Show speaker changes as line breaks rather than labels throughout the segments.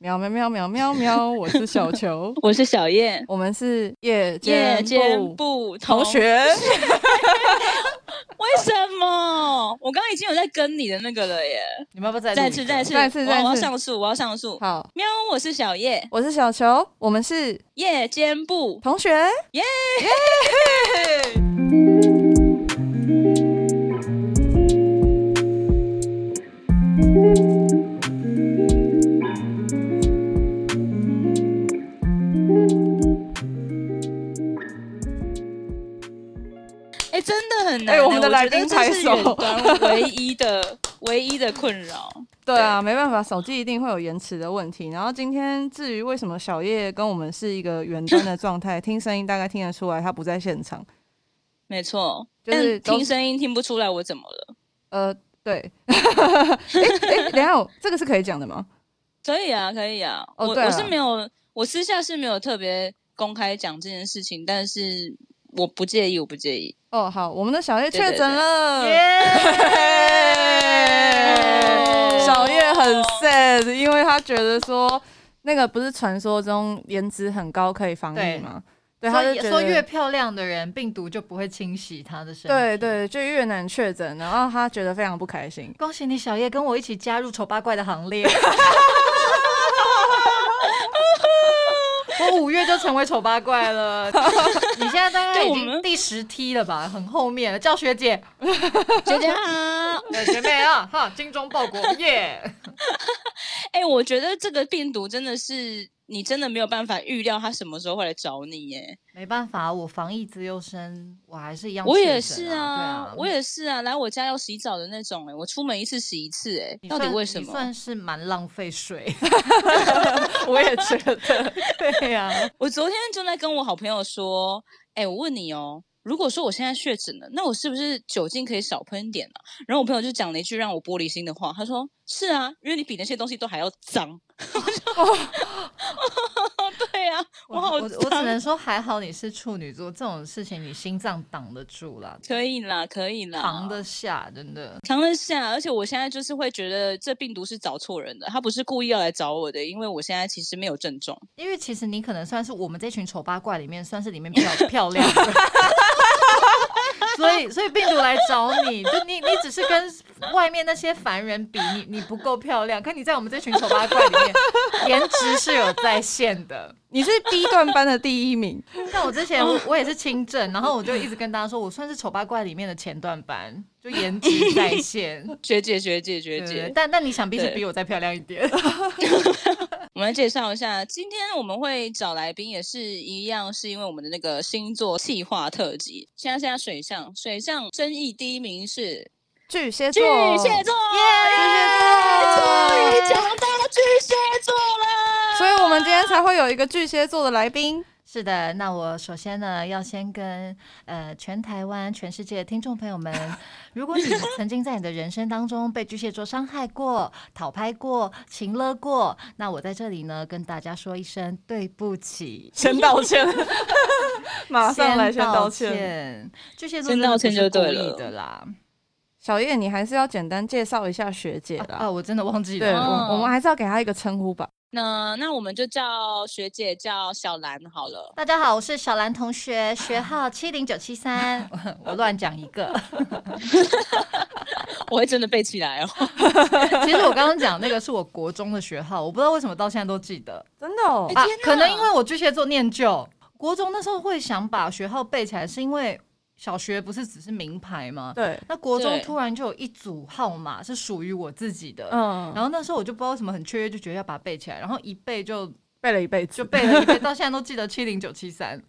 喵喵喵喵喵喵，我是小 球，
我是小燕，
我们是夜
夜
间
间不
同
同。
学。
为什么？我刚刚已经有在跟你的那个了耶！
你们要不要再
再
录一
次，
个
再次，
再次
我
再次
我要上诉，我要上诉。
好，
喵，我是小叶，
我是小球，我们是
夜间部。
同学。
耶
耶！
哎、真的很难
哎
耶。
我们的来
觉得
宾
这
拍
是
手
远端唯一的唯一的困扰。
对啊，没办法，手机一定会有延迟的问题。然后今天至于为什么小叶跟我们是一个远端 的状态，听声音大概听得出来他不在现场。
没错，
就是
但
都
听声音听不出来我怎么了。
呃， 对。哎哎、等一下我这个是可以讲的吗？
可以啊，可以啊。
哦
我
对啊
我是没有，我私下是没有特别公开讲这件事情，但是我不介意，我不介意。
哦，好，我们的小叶
对对
确诊了。
嗯 耶
小叶很 sad，因为他觉得说那个不是传说中颜值很高可以防
对
疫吗？对，他就
所以
觉得
说越漂亮的人，病毒就不会侵袭她的身体。
对，对就越难确诊，然后他觉得非常不开心。
恭喜你，小叶跟我一起加入丑八怪的行列。我五月就成为丑八怪了，你现在大概已
对我
经
们
第十梯了吧，很后面了。叫学姐，
姐姐好。
对学妹啊，哈，精忠报国，耶、
哎、我觉得这个病毒真的是你真的没有办法预料它什么时候会来找你耶。
没办法，我防疫资优生，我还是一样、
我也是
啊，对啊，
我也是啊，来我家要洗澡的那种哎，我出门一次洗一次哎，
你
到底
算
为什
你
么
算？是蛮浪 费水，
我也觉得，
对呀、
我昨天就在跟我好朋友说，哎，我问你哦。如果说我现在确诊了，那我是不是酒精可以少喷一点啊？然后我朋友就讲了一句让我玻璃心的话，他说：“是啊，因为你比那些东西都还要脏。”我就， 对啊，我
哦我
好
我我只
脏
能说还好你是处女座，这种事情你心脏挡得住啦，
可以啦，可以啦，
扛得下，真的。
扛得下，而且我现在就是会觉得这病毒是找错人的，他不是故意要来找我的，因为我现在其实没有症状。
因为其实你可能算是我们这群丑八怪里面算是里面比较漂亮的。所以，所以病毒来找你，就你，你只是跟外面那些凡人比，你你不够漂亮。可你在我们这群丑八怪里面，颜值是有在线的。
你是 B 段班的第一名，
像我之前
哦
我我也是清正，然后我就一直跟大家说，我算是丑八怪里面的前段班，就颜值在线。
学姐，学姐，学
对对对
姐，
但但你想必是
对
比我再漂亮 一点。
我们来介绍一下，今天我们会找来宾也是一样，是因为我们的那个星座气化特辑。现在现在水象，水象争议第一名是
巨蟹
巨
座，
蟹座，
巨蟹
终于
座。
讲到巨蟹座了。
所以我们今天才会有一个巨蟹座的来宾。
是的，那我首先呢，要先跟呃全台湾、全世界的听众朋友们，如果你曾经在你的人生当中被巨蟹座伤害过、讨拍过、情勒过，那我在这里呢跟大家说一声对不起。
先道歉， 马上来先道
道
歉。
歉，巨蟹座
先
真的
道
不
歉
是
就
故
对
意
了
的啦。
小叶，你还是要简单介绍一下学姐
啊
啦。
啊，我真的忘记
对，
了。
我我们还是要给她一个称呼吧。
那那我们就叫学姐叫小兰好了。
大家好，我是小兰同 学，学号七零九七三。 我乱讲一 个。
我会真的背起来哦。
其实我刚刚讲那个是我国中的学号，我不知道为什么到现在都记得
真的哦
哎
啊
天。哪
可能因为我巨蟹座念旧，国中那时候会想把学号背起来，是因为小学不是只是名牌吗？
对，
那国
对
中突然就有一组号码是属于我自己的。
嗯，然
然
后
后那时候我就不知道为什么很雀跃，就觉得要把它背起来，然后一背就
背了一辈子，
就背了一背，到现在都记得七零九七 三。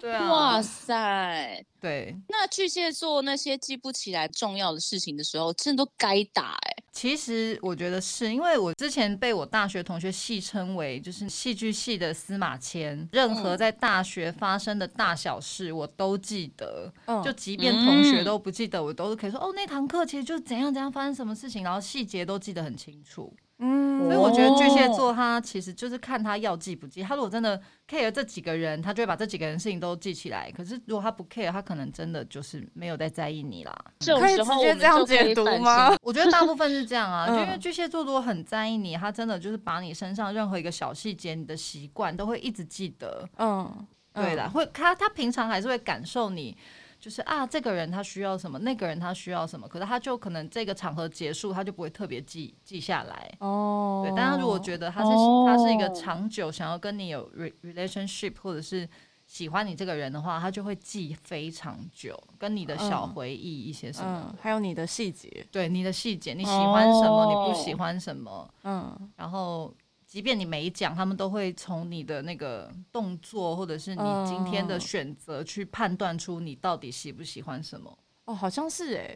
对 啊，
哇塞，
对，
那巨蟹座那些记不起来重要的事情的时候，真的都该打哎、
其实我觉得是因为我之前被我大学同学戏称为就是戏剧系的司马迁，任何在大学发生的大小事我都记得，
嗯
就即便同学都不记得，我都是可以说哦，那堂课其实就怎样怎样发生什么事情，然后细节都记得很清楚。
嗯
所以我觉得巨蟹座他其实就是看他要记不记。他如果真的 care 这几个人，他就会把这几个人事情都记起来。可是如果他不 care，他可能真的就是没有在在意你啦。
这种
可以
时候
直
我
接
们
这样
就可以
解读
反省
吗
我觉得大部分是这 样啊，
嗯
就因为巨蟹座如果很在意你，他真的就是把你身上任何一个小细节、你的习惯都会一直记得。
嗯，
对啦，
的，
会他他平常还是会感受你，就是啊，这个人他需要什么，那个人他需要什么，可是他就可能这个场合结束，他就不会特别记记下来。
哦，
对，但他如果觉得他是、
哦
他是一个长久想要跟你有 re relationship 或者是喜欢你这个人的话，他就会记非常久，跟你的小
嗯
回忆一些什么，
嗯，还有你的细节，
对你的细节，你喜欢什么，你不喜
哦
欢什么，
嗯，
然后即便你没讲，他们都会从你的那个动作或者是你今天的
嗯
选择去判断出你到底喜不喜欢什么。
哦，好像是哎，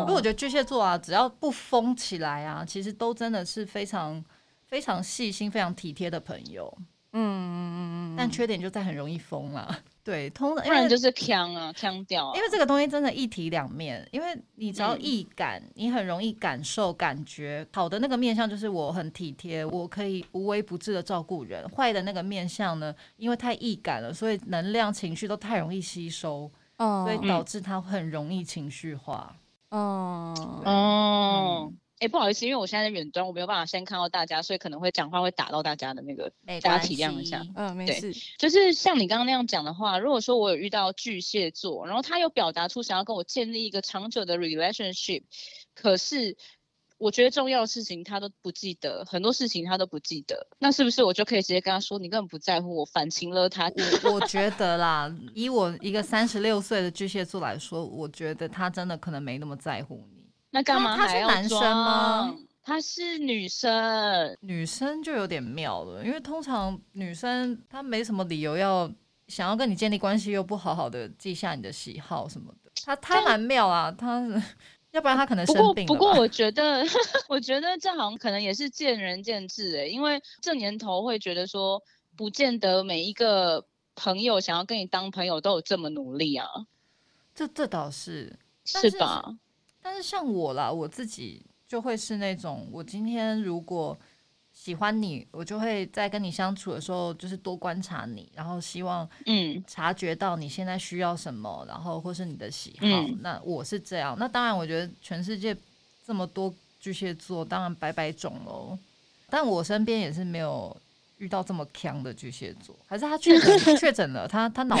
嗯
因为我觉得巨蟹座啊，只要不疯起来啊，其实都真的是非常非常细心、非常体贴的朋友。
嗯嗯嗯嗯，
但缺点就在很容易疯啦。 对，通
不
常因为
然就是呛啊，呛掉啊
因。为这个东西真的一体两面，因为你只要
嗯
易感，你很容易感受感觉好的那个面相就是我很体贴，我可以无微不至的照顾人；坏的那个面相呢，因为太易感了，所以能量、情绪都太容易吸收，
嗯，
哦
所以导致它很容易情绪化。
嗯，
哦
嗯，
哎、不好意思，因为我现在在远端，我没有办法先看到大家，所以可能会讲话会打到大家的那个。
没
大家
关
体谅一下
系
嗯，没事，
就是像你刚刚那样讲的话，如果说我有遇到巨蟹座，然后他有表达出想要跟我建立一个长久的 relationship，可是我觉得重要的事情他都不记得，很多事情他都不记得，那是不是我就可以直接跟他说，你根本不在乎我，反情了他？
我我觉得啦，以我一个三十六岁的巨蟹座来说，我觉得他真的可能没那么在乎你。
那干
那
嘛
他
还
是
要
男生吗
装？他是女生，
女生就有点妙了，因为通常女生她没什么理由要想要跟你建立关系，又不好好的记下你的喜好什么的。她她蛮妙啊，她要不然她可能
不
生
过，
病了吧。
不过我觉得， 我觉得这好像可能也是见仁见智欸诶、因为这年头会觉得说，不见得每一个朋友想要跟你当朋友都有这么努力啊，
这这倒是，但
是
是
吧？
但是像我啦，我自己就会是那种，我今天如果喜欢你，我就会在跟你相处的时候，就是多观察你，然后希望
嗯，
察觉到你现在需要什么，然后或是你的喜好。
嗯
那我是这样。那当然，我觉得全世界这么多巨蟹座，当然百百种喽。但我身边也是没有遇到这么强的巨蟹座，还是他 确诊确诊了，他他脑雾，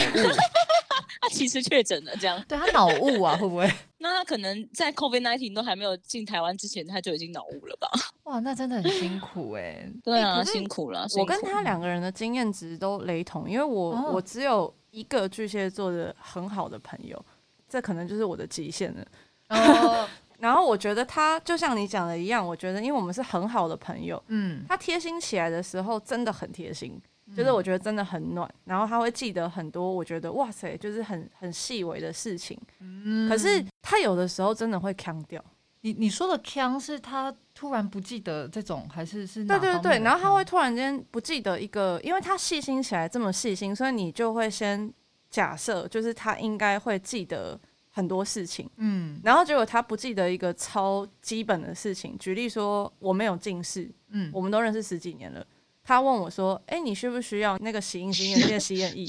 他其实确诊了，这样，
对他脑雾啊，会不会？
那他可能在 COVID 19都还没有进台湾之前，他就已经脑雾了吧？
哇，那真的很辛苦哎、
对啊，
可是
辛苦了。
我
辛
跟
苦
他两个人的经验值都雷同，因为我、
哦
我只有一个巨蟹座的很好的朋友，这可能就是我的极限了。
哦，
然后我觉得他就像你讲的一样，我觉得因为我们是很好的朋友，
嗯，
他贴心起来的时候真的很贴心，就是我觉得真的很暖。然后他会记得很多，我觉得哇塞，就是很很细微的事情。
嗯
可是他有的时候真的会腔掉，
你你说的腔是他突然不记得这种，还是是
对
哪
对
方
对，
面的
然后他会
腔
突然间不记得一个，因为他细心起来这么细心，所以你就会先假设，就是他应该会记得很多事情，
嗯
然后结果他不记得一个超基本的事情。举例说，我没有近视，
嗯
我 们都认识十几年了。他问我说：“哎、你需不需要那个洗印洗眼液、洗眼 液？”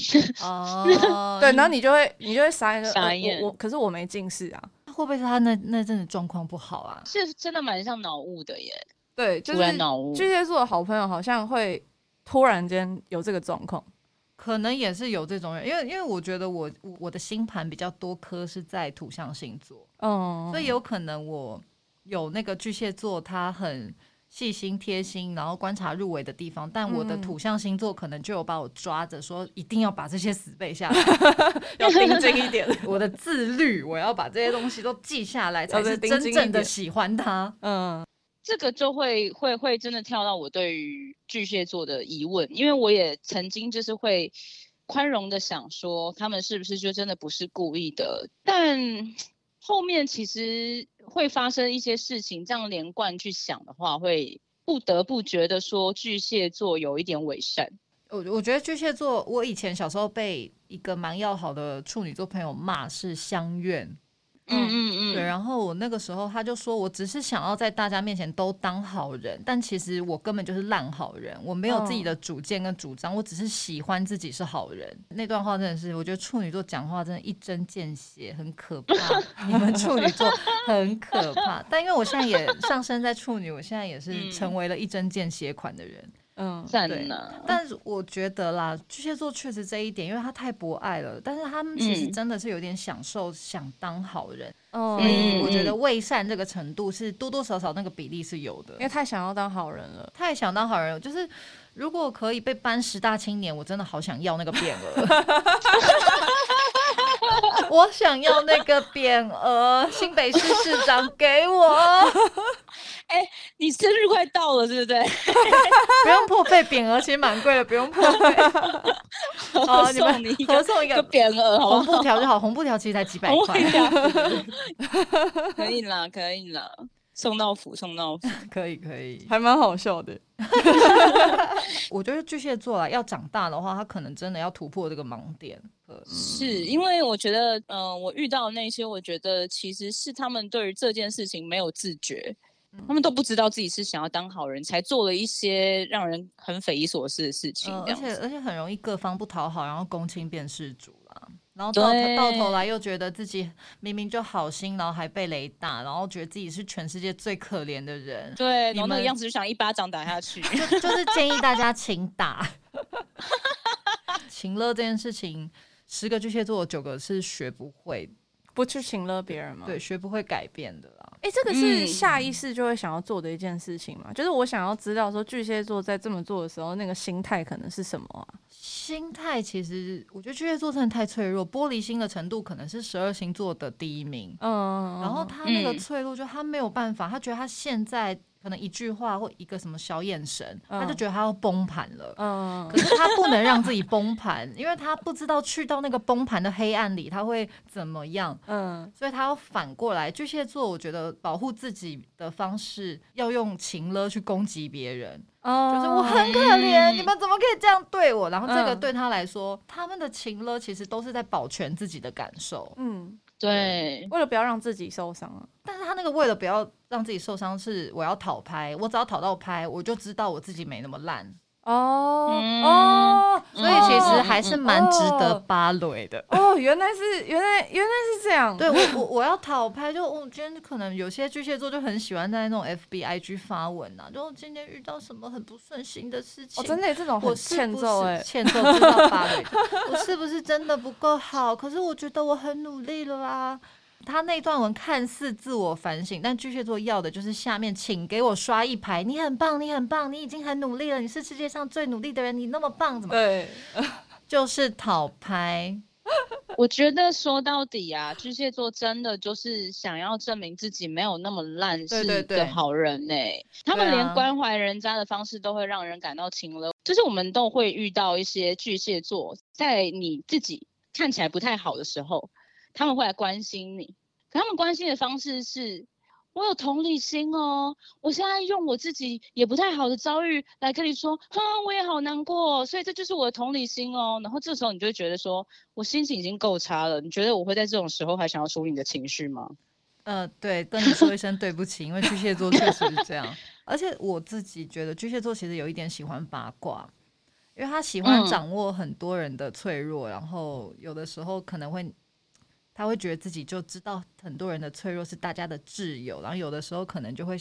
哦
对，然后你就会你就会傻眼说，
嗯傻
呃
眼
我我可是我没近视啊。
会不会是他那那阵子状况不好啊？
是真的蛮像脑雾的耶，
对，就
突然
是
脑雾。
巨蟹座的好朋友好像会突然间有这个状况。
可能也是有这种人，因为因为我觉得我我我的星盘比较多颗是在土象星座，
嗯，
所以有可能我有那个巨蟹座，他很细心贴心，然后观察入围的地方，但我的
嗯
土象星座可能就有把我抓着，说一定要把这些死背下来， 要盯紧一 点。我的自律，我要把这些东西都记下来，才
要再
是
盯
真
紧一
正的
点
喜欢他。
嗯
这个就会会会真的跳到我对于巨蟹座的疑问，因为我也曾经就是会宽容的想说，他们是不是就真的不是故意的？但后面其实会发生一些事情，这样连贯去想的话，会不得不觉得说巨蟹座有一点伪善。
我我觉得巨蟹座，我以前小时候被一个蛮要好的处女座朋友骂是相怨，
嗯嗯
对，
嗯，
啊然后我那个时候他就说，我只是想要在大家面前都当好人，但其实我根本就是烂好人，我没有自己
嗯
的主见跟主张，我只是喜欢自己是好人。那段话真的是，我觉得处女座讲话真的一针见血，很 可怕。你们处女座很可怕，但因为我现在也上升在处女，我现在也是
嗯
成为了一针见血款的人。
嗯，
赞呢，
但是我觉得啦，巨蟹座确实这一点，因为他太博爱了，但是他们其实
嗯
真的是有点享受想当好人。
嗯
所以
嗯
哦我觉得伪善这个程度是多多少少那个比例是有的
因。为太想要当好人了。
太想当好人了，就是如果可以被班十大青年，我真的好想要那个匾额。 我想要那个匾额，新北市市长给我，
你生日快到了，对不对？
不用破费匾额，其实蛮贵的，不用破费。好，
我
哦你
送你
们
一
合
个
送一
一个
个
匾额，好
红
不好？
布条就好，红布条其实才几百
红布
块，
可以啦，可以啦，送到府，送到府。
可以可以。
还蛮好笑的，
我觉得巨蟹座啊，要长大的话，他可能真的要突破这个盲点。呃
是因为我觉得，嗯、我遇到的那些，我觉得其实是他们对于这件事情没有自觉，
嗯
他们都不知道自己是想要当好人，才做了一些让人很匪夷所思的事情
嗯，，
这
而
样
且
子。
而且很容易各方不讨好，然后公亲变事主啦。然后到头
对
到头来又觉得自己明明就好心，然后还被雷打，然后觉得自己是全世界最可怜的人。
对，然
你
后那个
们
样子就想一巴掌打下 去。
就就是建议大家勤打， 勤乐这件事情，十个巨蟹座有九个是学不会，
不去请了别人吗？
对，，学不会改变的啦。
哎、这个是
嗯
下意识就会想要做的一件事情嘛？就是我想要知道说巨蟹座在这么做的时候，那个心态可能是什么啊？
心态其实，我觉得巨蟹座真的太脆弱，玻璃心的程度可能是十二星座的第一名。
嗯，
然后他那个
嗯
脆弱，就他没有办法，他觉得他现在可能一句话或一个什么小眼神，他就
嗯
觉得他要崩盘了。
嗯
可是他不能让自己崩盘，因为他不知道去到那个崩盘的黑暗里他会怎么样，
嗯
所以他要反过来。巨蟹座，我觉得保护自己的方式要用情勒去攻击别人，
嗯，
就是我很可怜，
嗯
你们怎么可以这样对我？然后这个
嗯
对他来说，他们的情勒其实都是在保全自己的感受。
嗯，
对，
为了不要让自己受伤啊，
但是他那个为了不要让自己受伤，是我要讨拍，我只要讨到拍，我就知道我自己没那么烂，
哦、
嗯
哦，
所以其实
哦
还是蛮值得
嗯
芭蕾的。
哦，原来是原来原来是这样，
对我我我要讨拍，就我今天可能有些巨蟹座就很喜欢在那种 FB IG 发文啊，就今天遇到什么很不顺心的事情，
哦，真的耶这种
我
很
是
欠
不
揍哎、
是欠揍知道芭 蕾，我是不是真的不够好？可是我觉得我很努力了啊。他那段文看似自我反省，但巨蟹座要的就是下面，请给我刷一排，你很棒，你很棒，你已经很努力了，你是世界上最努力的人，你那么棒，怎么
对，
就是讨拍？
我觉得说到底啊，巨蟹座真的就是想要证明自己没有那么烂，
对
是
对
一
对
个好人欸呢、他
对
们连
啊
关怀人家的方式都会让人感到情了。就是我们都会遇到一些巨蟹座，在你自己看起来不太好的时候，他们会来关心你。可他们关心的方式是，我有同理心哦，我现在用我自己也不太好的遭遇来跟你说，哼，我也好难过哦，所以这就是我的同理心哦。然后这时候你就会觉得说，我心情已经够差了，你觉得我会在这种时候还想要处理你的情绪吗？
呃，对，跟你说一声对不起，因为巨蟹座确实是这样。 而且我自己觉得巨蟹座其实有一点喜欢八卦，因为他喜欢
嗯
掌握很多人的脆弱，然后有的时候可能会。他会觉得自己就知道很多人的脆弱是大家的挚友，然后有的时候可能就会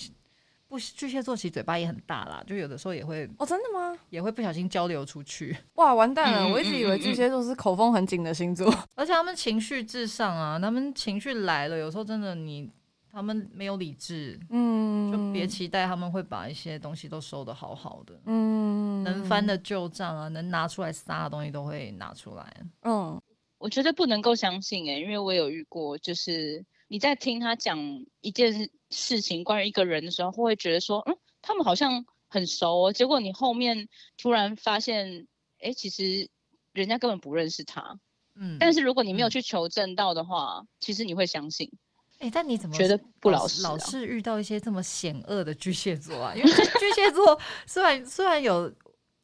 不巨蟹座其实嘴巴也很大啦，就有的时候也会
哦，真的吗？
也会不小心交流出去，
哇，完蛋了！
嗯嗯
我一直以为
嗯嗯
巨蟹座是口风很紧的星座，
而且他们情绪至上啊，他们情绪来了，有时候真的你他们没有理智，
嗯，
就别期待他们会把一些东西都收的好好的，
嗯
能翻的旧账啊，能拿出来撒的东西都会拿出来。
嗯
我觉得不能够相信欸诶、因为我有遇过，就是你在听他讲一件事情关于一个人的时候，会觉得说，嗯，他们好像很熟哦，结果你后面突然发现，诶、其实人家根本不认识他。
嗯，
但是如果你没有
嗯
去求证到的话，其实你会相信。
哎、但你怎么
觉得不老
是
实啊
老是遇到一些这么险恶的巨蟹座啊？ 因为巨蟹座虽然虽然有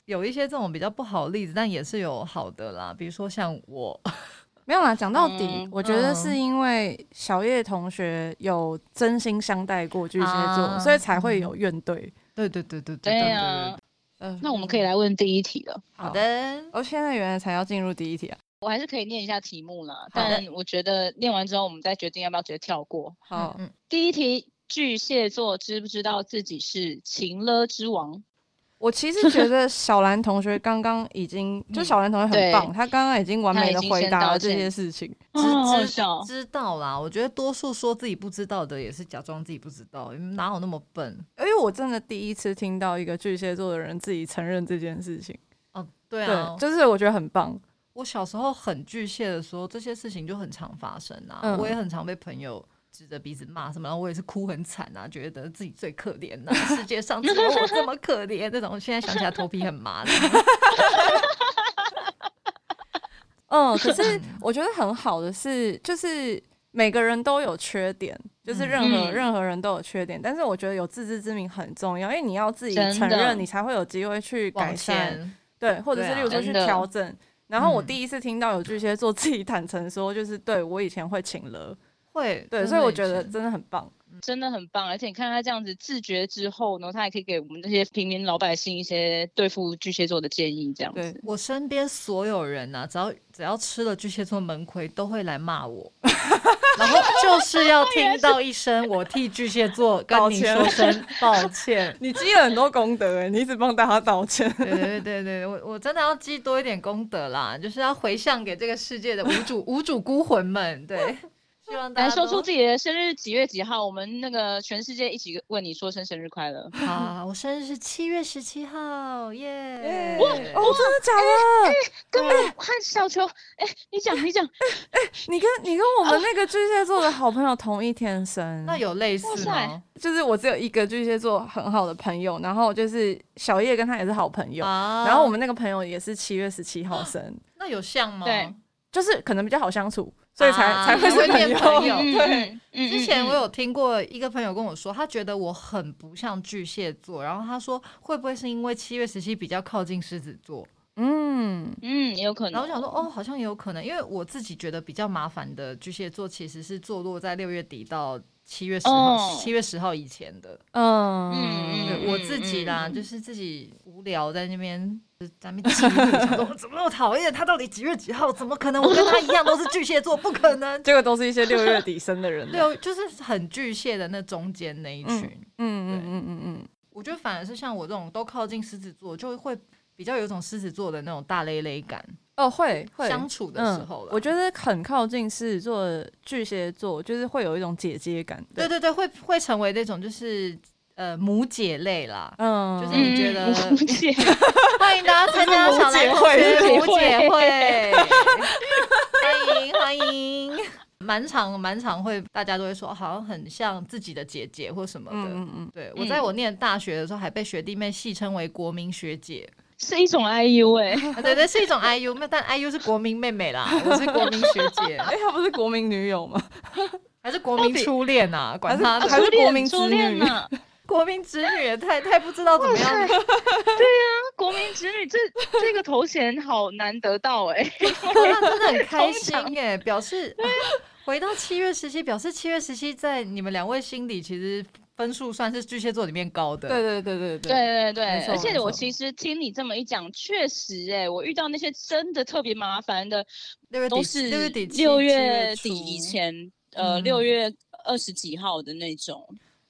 有一些这种比较不好的例子，但也是有好的啦。比如说像我，
没有啦，讲到底，
嗯
我觉得
嗯
是因为小叶同学有真心相待过巨蟹座，
啊
所以才会有怨怼。
对对对对对
对
对
呀、
对。
嗯，
那我们可以来问第一题了。
好的，
哦，现在原来才要进入第一题啊。
我还是可以念一下题目啦，
好的
但我觉得念完之后，我们再决定要不要直接跳过。
好，
嗯，
第一题，巨蟹座知不知道自己是情勒之王？
我其实觉得小兰同学刚刚已 经，就小兰同学很
嗯对
棒，她刚刚已经完美的
她已经
回
先
答
道
了这
歉
些事情。
嗯知
哦 好
知
笑
知道啦，我觉得多数说自己不知道的也是假装自己不知道，哪有那么笨？
因为我真的第一次听到一个巨蟹座的人自己承认这件事情，
哦，对
对
啊，
就是我觉得很棒。
我小时候很巨蟹的时候，这些事情就很常发生啊。
嗯
我也很常被朋友指着鼻子骂什么，然后我也是哭很惨啊，觉得自己最可怜啊，世界上只有我这么可怜。这种现在想起来头皮很麻的。
嗯，可 是我觉得很好的是，就是每个人都有缺点，就是任何、
嗯
任何人都有缺点，但是我觉得有自知之明很重要，因为你要自己
真的
承认，你才会有机会去改
往
善，
前，
对，或者
对
是
啊
例如说去
真的
调整。然后我
嗯
第一次听到有巨蟹座自己坦诚说，就是对我以前会请了，
会
对，
真
所以
的
我
以
觉得
前哦
真的很棒。
真的很棒，而且你看他这样子自觉之后呢，他还可以给我们这些平民老百姓一些对付巨蟹座的建议，这样
对
子。
我身边所有人呐、啊，只要只要吃了巨蟹座闷亏，都会来 骂我，然后就是要听到一声我替巨蟹座跟
抱
你
歉
说声抱歉。
你积了很多功德哎，你一直帮大家道 歉。
对对对对对，我我真的要积多一点功德啦，就是要回向给这个世界的无主无主孤魂们。对，希望大
来
家
说出
都
自己的生日几月几号，我们那个全世界一起为你说声生日快乐。
啊，我生日是七月十七号，耶、
哦，真的假的？
根本和小球，哎、你讲你讲，
你跟你跟我们那个巨蟹座的好朋友同一天生，
哦那有
哇
类似
塞
吗？
就是我只有一个巨蟹座很好的朋友，然后就是小叶跟他也是好朋友，
啊
然后我们那个朋友也是七月十七号生，
那有像吗？
对
就是可能比较好相处，所以才、
啊
才会是
才会变朋友
嗯
对，，
嗯
之前
嗯
我。
嗯
有听过一个朋友跟我说，他觉得我很不像巨蟹座，然后他说会不会是因为七月十七比较靠近狮子座？
嗯，
嗯，也有可能。
然后我想说，哦，好像也有可能，因为我自己觉得比较麻烦的巨蟹座其实是坐落在六月底到七月十号、
哦
七、月十号以前的。
嗯
嗯
对
嗯，
我自己
嗯
啦，
嗯嗯
就是自己无聊在那边。就是咱们记录，想 说怎么那么讨厌他？到底几月几号？怎么可能？我跟他一样都是巨蟹座，不 可能。
这个都是一些 六月底生的人啊，
六就是很巨蟹的那中间那一群，
嗯嗯嗯嗯嗯，
我觉得反而是像我这种都靠近狮子座，就会比较有一种狮子座的那种大累累感。
哦会会
相处的时
嗯
候啦，
我觉得很靠近狮子座的巨蟹座，就是会有一种姐姐感，
对对对，会会成为那种就是呃母姐类啦。
嗯，
就是
嗯，
你觉得
我不介意
欢迎大家参加小兰同学
母姐会
母姐会，欢迎欢迎。蛮常蛮常会，大家都会说哦好像很像自己的姐姐或什么的。
嗯嗯嗯，
对
嗯
我在我念大学的时候，还被学弟妹戏称为国民学姐。
是一种 IU 哎、
啊对对，是一种 IU，那但 IU 是国民妹妹啦，我是国民学姐，
哎，她不是国民女友吗？
还是国民初恋啊？管他
还
的
是
啊，
还
初
是国民
恋，
之
初恋
女
呐、
国民侄女也太太不知道怎么样
国民侄女这这个头衔好难得到哎、
哦那真的 很开心哎、表示、啊回到七月十七，表示七月十七在你们两位心里其实分数算是巨蟹座里面高的。
对对对对对，
对对对
没，错
而
没
且我
错
其实听你这么一讲，确实哎、我遇到那些真的特别麻烦的，
六月底
都是
六月底七
六
七
月底
初
以前，呃，
嗯
六月二十几号的那种。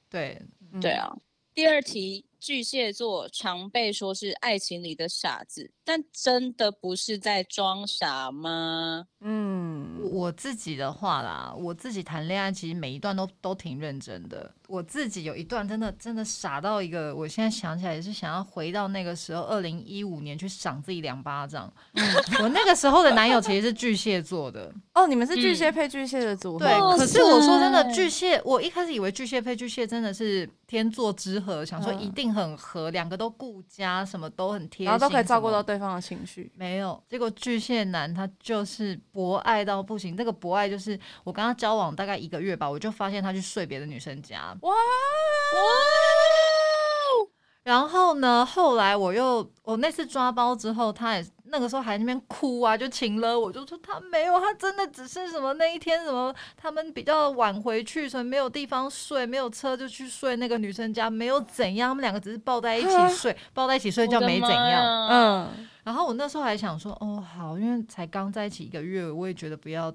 对，
嗯
对啊。第二题，巨蟹座常被说是爱情里的傻子，但真的不是在装傻吗？
嗯
我我自己的话啦，我自己谈恋爱其实每一段都都挺认真的。我自己有一段真的真的傻到一个，我现在想起来也是想要回到那个时候，二零一五年去赏自己两巴掌。
嗯
我那个时候的男友其实是巨蟹座的，
哦，你们是巨蟹配巨蟹的组合，
嗯对，
哇
可是我说真的，
塞
巨蟹，我一开始以为巨蟹配巨蟹真的是天作之合，想说
嗯
一定很合，两个都顾家，什么都很贴心，
然后都可以照顾到
什么。
对方的情绪。
没有，结果巨蟹男他就是博爱到不行。这个博爱就是我跟他交往大概一个月吧，我就发现他去睡别的女生家。
哇，
哇，
然后呢，后来我又我那次抓包之后，他也那个时候还在那边哭啊，就请了我，就说他没有，他真的只是什么那一天什么他们比较晚回去，所以没有地方睡，没有车就去睡那个女生家，没有怎样，他们两个只是抱在一起睡，抱在一起睡觉没怎样。
嗯，
嗯，
然后我那时候还想说，哦好，因为才刚在一起一个月，我也觉得不要，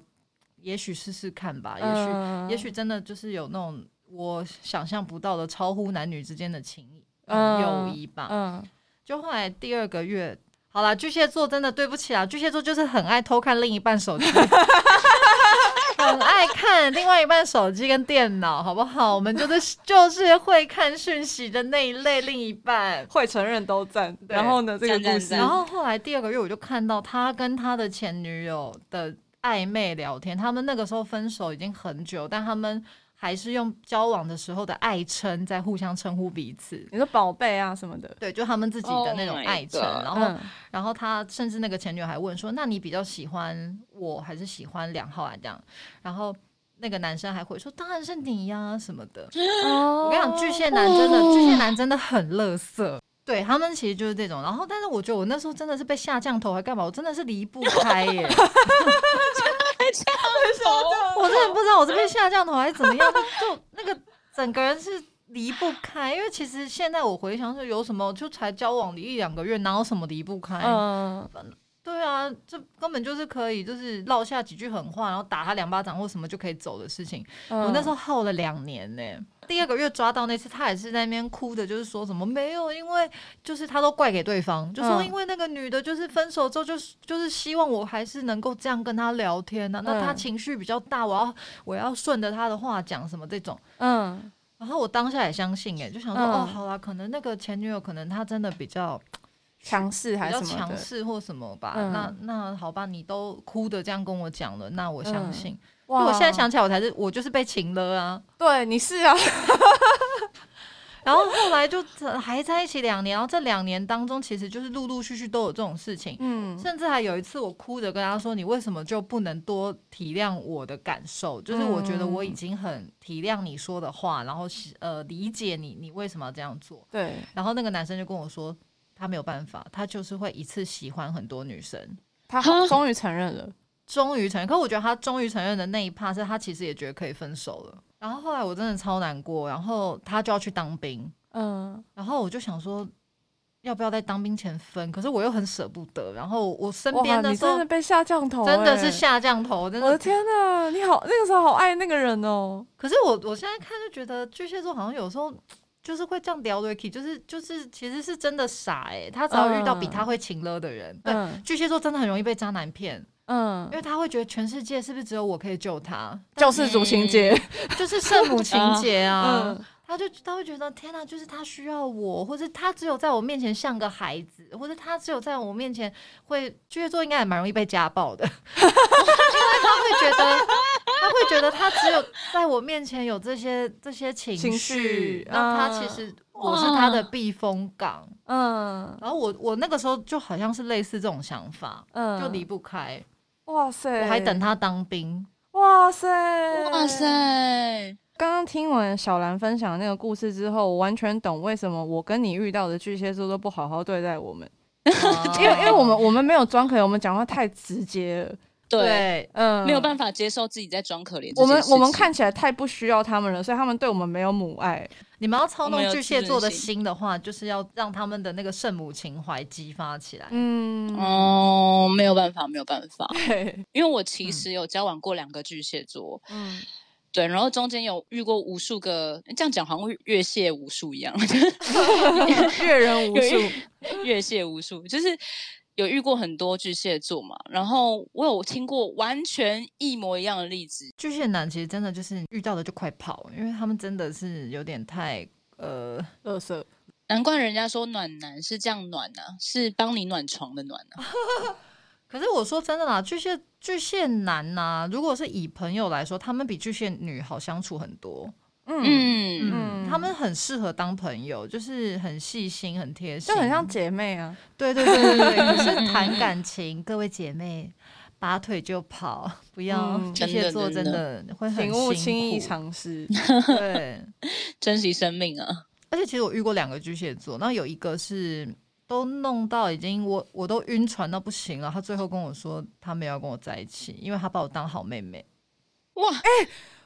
也许试试看吧，啊也许、
嗯
也许真的就是有那种我想象不到的超乎男女之间的情谊、
嗯
友谊吧。
嗯，
就后来第二个月，好啦，巨蟹座真的对不起啦，巨蟹座就是很爱偷看另一半手机， 很爱看另外一半手机跟电脑，好不好？我们就是就是会看讯息的那一类另一半。
会承认都赞。
对
然后呢，这个
赞赞
故事，
赞
然后后来第二个月我就看到他跟他的前女友的暧昧聊天，他们那个时候分手已经很久，但他们还是用交往的时候的爱称在互相称呼彼此。
你说宝贝啊什么的，
对，就他们自己的那种
Oh my
爱称
God
然后
嗯，
然后他甚至那个前女友还问说：“那你比较喜欢我还是喜欢梁浩啊？”这样，然后那个男生还会说：“当然是你呀、什么的。”
我
我跟你
哦
讲，巨蟹男真的，巨蟹男真的很乐色。对他们其实就是这种，然后但是我觉得我那时候真的是被下降头还干嘛，我真的是离不开耶，我真的不知道我是被下降头还是怎么样，就就那个整个人是离不开，因为其实现在我回想是有什么，就才交往一两个月，哪有什么离不开？
嗯，
对啊，这根本就是可以，就是撂下几句狠话，然后打他两巴掌或什么就可以走的事情。
嗯
我那时候耗了两年呢、第二个月抓到那次，他也是在那边哭的，就是说什么没有，因为就是他都怪给对方，就说
嗯
因为那个女的，就是分手之后就是就是希望我还是能够这样跟他聊天呢、那他
嗯
情绪比较大，我要我要顺着他的话讲什么这种。
嗯，
然后我当下也相信、欸，就想说、
嗯
哦，好啦，可能那个前女友可能她真的比较
强势还
比较
是什么
强
的，
势或什么吧。
嗯
那那好吧，你都哭的这样跟我讲了，那我相
嗯
信。因
哇
为我现在想起来，我才是我就是被情了啊。
对，你是啊，
然后后来就还在一起两年，然后这两年当中，其实就是陆陆续续都有这种事情。
嗯，
甚至还有一次，我哭着跟他说：“你为什么就不能多体谅我的感受？就是我觉得我已经很体谅你说的话，然后是呃理解你，你为什么要这样做。
对，”
然后那个男生就跟我说：“他没有办法，他就是会一次喜欢很多女生。”
他
哈
终于承认了，
终于承认，可我觉得他终于承认的那一趴是他其实也觉得可以分手了。然后后来我真的超难过，然后他就要去当兵，
嗯，
然后我就想说，要不要在当兵前分？可是我又很舍不得。然后我身边
哇，
的
你
时候
真的被下降头、
真的
欸
是。下降头，真
我的
的。
天呐，你好，那个时候好爱那个人哦。
可是我我现在看就觉得巨蟹座好像有时候。就是会这样聊 Ricky，就是就是其实是真的傻哎、他只要遇到比他会情勒的人，对，
嗯
巨蟹座真的很容易被渣男骗，
嗯
因，为他会觉得全世界是不是只有我可以救他，
救世主情节。
就是圣母情节啊，
嗯
他就他会觉得天哪、就是他需要我，或者他只有在我面前像个孩子，或者他只有在我面前会巨蟹座应该也蛮容易被家暴的，因 为他会觉得。他会觉得他只有在我面前有这些这些情
情
绪
绪，
那他
啊
其实我是他的避风港。
嗯
然后我我那个时候就好像是类似这种想法，
嗯，
就离不开。
哇塞，
我还等。他当兵，
哇塞，
哇！塞，
刚刚听完小兰分享的那个故事之后，我完全懂为什么我跟你遇到的巨蟹座都不好好对待我们， 因为因为我们我们没有装可怜，我们讲话太直接了。
对，
对
嗯，
没有办法接受自己在装可怜这件
我们
事情。
我们看起来太不需要他们了，所以他们对我们没有母爱。
你们要操
我
弄
们有
巨蟹座的
自尊
心的话，就是要让他们的那个圣母情怀激发起来。
嗯，
哦，没有办法，没有办法， 嗯
对，
因为我其实有交往过两个巨蟹座，
嗯，
对，然后中间有遇过无数个，这样讲好像越蟹无数一样，
阅人无数
有。 越蟹无数，就是有遇过很多巨蟹座嘛，然后我有听过完全一模一样的例子，
巨蟹男其实真的就是遇到的就快跑，因为他们真的是有点太呃，
垃圾。
难怪人家说暖男是这样暖啊，是帮你暖床的暖啊，
可是我说真的啦，巨蟹巨蟹男呐、如果是以朋友来说，他们比巨蟹女好相处很多。
嗯，
嗯，
嗯
他们很适合当朋友，就是很细心、很贴心，
就很像姐妹啊。
对对对对对，可是谈感情，各位姐妹，拔腿就跑，不要、
嗯
巨蟹座真的会很
请勿
辛
轻易
苦。
尝 试。
对，
珍惜生命啊，
而且其实我遇过两个巨蟹座，然后有一个是都弄到已经我我都晕船到不行了。他最后跟我说他没有要跟我在一起，因为他把我当好妹妹。
哇，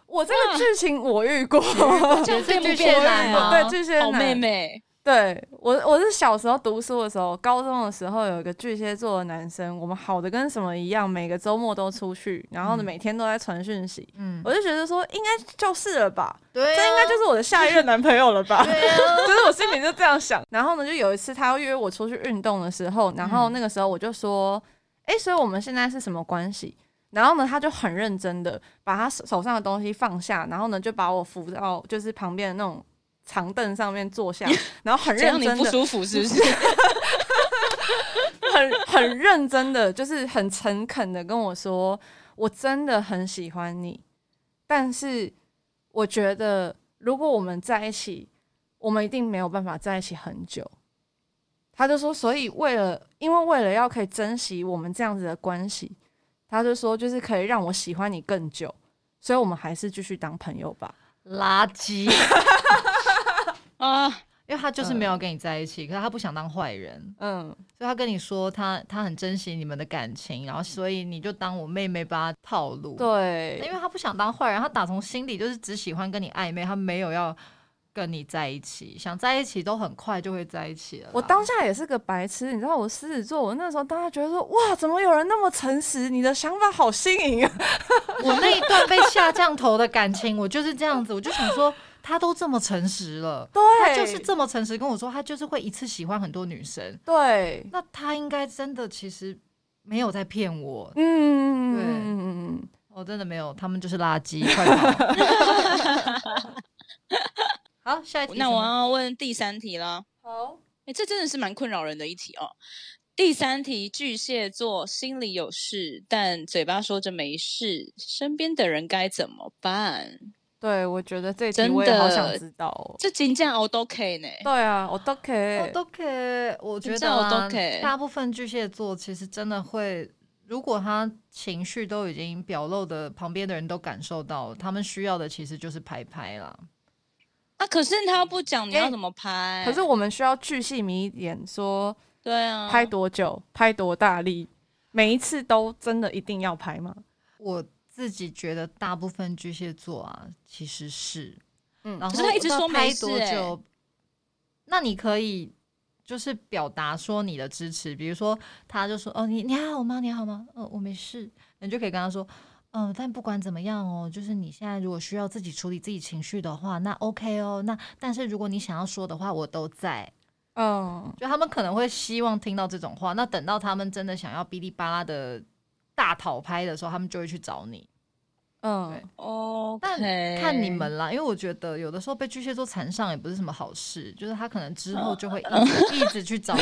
我这个剧情我遇 过，
哎这样
也是
变不
巨
变
蟹男吗？
对巨蟹
好
男
妹妹，
对我，我是小时候读书的时候，高中的时候有一个巨蟹座的男生，我们好的跟什么一样，每个周末都出去，然后呢
嗯
每天都在传讯息，
嗯，
我就觉得说应该就是了吧，
对、啊，
这应该就是我的下一任男朋友了吧。
对啊，
就是我心里就这样想，然后呢，就有一次他约我出去运动的时候，然
嗯
后那个时候我就说，哎、所以我们现在是什么关系？然后呢，他就很认真的把他手手上的东西放下，然后呢就把我扶到就是旁边的那种长凳上面坐 下，然后很
这
认
样你
真
不
的
舒服是不是？
很很认真的，就是很诚恳的跟我说，我真的很喜欢你，但是我觉得如果我们在一起，我们一定没有办法在一起很久。他就说，所以为了，因为为了要可以珍惜我们这样子的关系，他就说，就是可以让我喜欢你更久，所以我们还是继续当朋友吧。
垃圾，
啊，
因为他就是没有跟你在一起，可是他不想当坏人，
嗯，
所以他跟你说他他很珍惜你们的感情，然后所以你就当我妹妹吧，套路。，因
对，
为他不想当坏人，他打从心底就是只喜欢跟你暧昧，他没有要跟你在一起，想在一起都很快就会在一起了啦。
我当下也是个白痴，你知道我狮子座，我那时候当时觉得说，哇，怎么有人那么诚实？你的想法好新颖啊！
我那一段被下降头的感情，我就是这样子，我就想说，他都这么诚实了，
对，
他就是这么诚实跟我说，他就是会一次喜欢很多女生，
对，
那他应该真的其实没有在骗我，
嗯，
对
嗯嗯
我真的没有，他们就是垃圾，快跑！ 好，下一题是
那
什么，
我要问第三题啦。
好，
哎，这真的是蛮困扰人的一题哦。第三题，巨蟹座心里有事，但嘴巴说着没事，身边的人该怎么办？
对，我觉得这一题
真
我也好
的
想知道哦。
这金价熬都 K 呢？
对啊，我都可
我
以，
都可以，我觉
这
得
样我
啊
都可以
大部分巨蟹座其实真的会，如果他情绪都已经表露的，旁边的人都感受到，他们需要的其实就是拍拍啦。
啊，可是他不讲，你要
诶
怎么拍？
哎可是我们需要巨细迷一点，说
对啊，
嗯
拍多久，拍多大力，每一次都真的一定要拍吗？
我自己觉得大部分巨蟹座啊，其实是，
嗯
然
可
后
是他一直
要
说
拍
没事
多
欸
久？那你可以就是表达说你的支持，比如说他就说哦你你还好吗？你还好吗？嗯、我没事，你就可以跟他说。嗯，但不管怎么样哦，就是你现在如果需要自己处理自己情绪的话，那 OK 哦。那但是如果你想要说的话，我都在。
嗯，
就他们可能会希望听到这种话，那等到他们真的想要哔哩吧啦的大讨拍的时候，他们就会去找你。
嗯
对，
哦，
但看 你们啦，因为我觉得有的时候被巨蟹座缠上也不是什么好事，就是他可能之后就 会一直一直去找你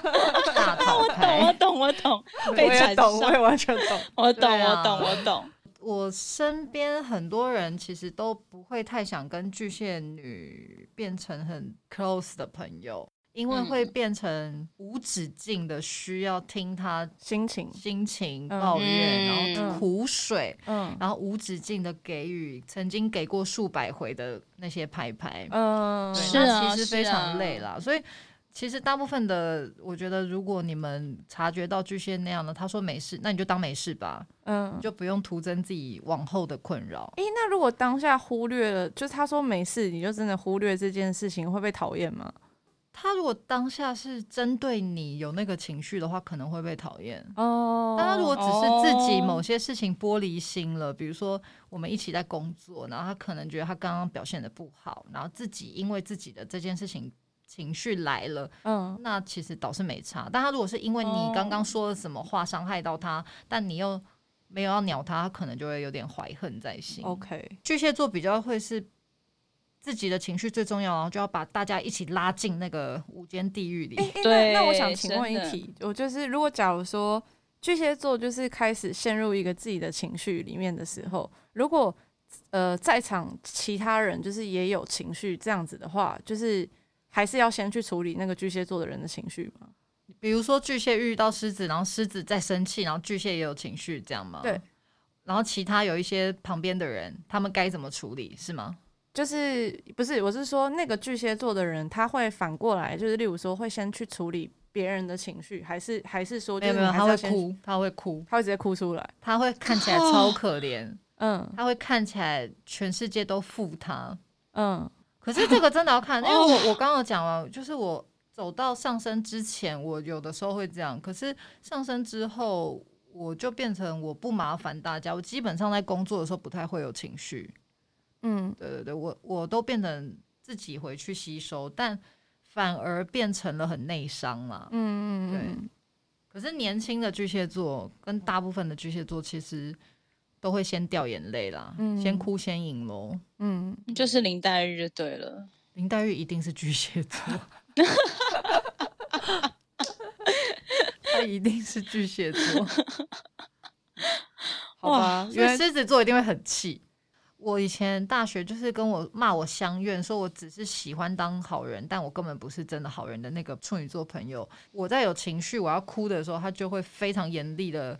大讨
懂，哦我
牌。
懂，我 懂，
我
被
也
缠
懂，我也
上，
完全懂。
我懂，
对
我
啊
懂，我懂。
我身边很多人其实都不会太想跟巨蟹女变成很 close 的朋友，因为会
嗯
变成无止境的需要听她
心情，
心情
嗯
抱怨，然
嗯
后苦水，
嗯
然后无止境的给予曾经给过数百回的那些拍拍。
嗯，
对
是
那
啊
其实
是
非
啊
常累啦。所以其实大部分的，我觉得如果你们察觉到巨蟹那样的，他说没事，那你就当没事吧，
嗯
你。就不用徒增自己往后的困扰。
诶，那如果当下忽略了，就是他说没事，你就真的忽略这件事情，会被讨厌吗？
他如果当下是针对你有那个情绪的话，可能会被讨厌。
哦，
但他如果只是自己
哦
某些事情玻璃心了，比如说我们一起在工作，然后他可能觉得他刚刚表现的不好，然后自己因为自己的这件事情情绪来了，
嗯
那其实倒是没差，但他如果是因为你刚
哦
刚说了什么话伤害到他，但你又没有要鸟他，他可能就会有点怀恨在心。
嗯，OK，
巨蟹座比较会是自己的情绪最重要，然后就要把大家一起拉进那个无间地狱里。
诶诶
对
那那我想请问一
真的
题，我就是如果假如说巨蟹座就是开始陷入一个自己的情绪里面的时候，如果呃在场其他人就是也有情绪这样子的话，就是还是要先去处理那个巨蟹座的人的情绪吗？
比如说巨蟹遇到狮子，然后狮子在生气，然后巨蟹也有情绪，这样吗？
对。
然后其他有一些旁边的人，他们该怎么处理是吗？
就是不是，我是说那个巨蟹座的人，他会反过来，就是例如说会先去处理别人的情绪，还是还是说
没
就
有
是
没
你
有，
还是
他
要
会
先去，
哭，他会哭，
他会直接哭出来。
他会看 起来超可怜，
嗯
他会看起来全世界都负他。
嗯
可是这个真的要看，因为
哦
我我刚刚有讲了，就是我走到上升之前，我有的时候会这样，可是上升之后，我就变成我不麻烦大家，我基本上在工作的时候不太会有情绪。
嗯，
对对对，我我都变成自己回去吸收，但反而变成了很内伤啦。
嗯
对
嗯
可是年轻的巨蟹座跟大部分的巨蟹座其实都会先掉眼泪啦，
嗯
先哭先赢喽。
嗯
就是林黛玉就对了。
林黛玉一定是巨蟹 座，她一定是巨蟹 座，
嗯，好吧，
所
原
以
来
狮子座一定会很气。我以前大学就是跟我骂我相怨，说我只是喜欢当好人，但我根本不是真的好人的那个处女座朋友，我在有情绪我要哭的时候，他就会非常严厉的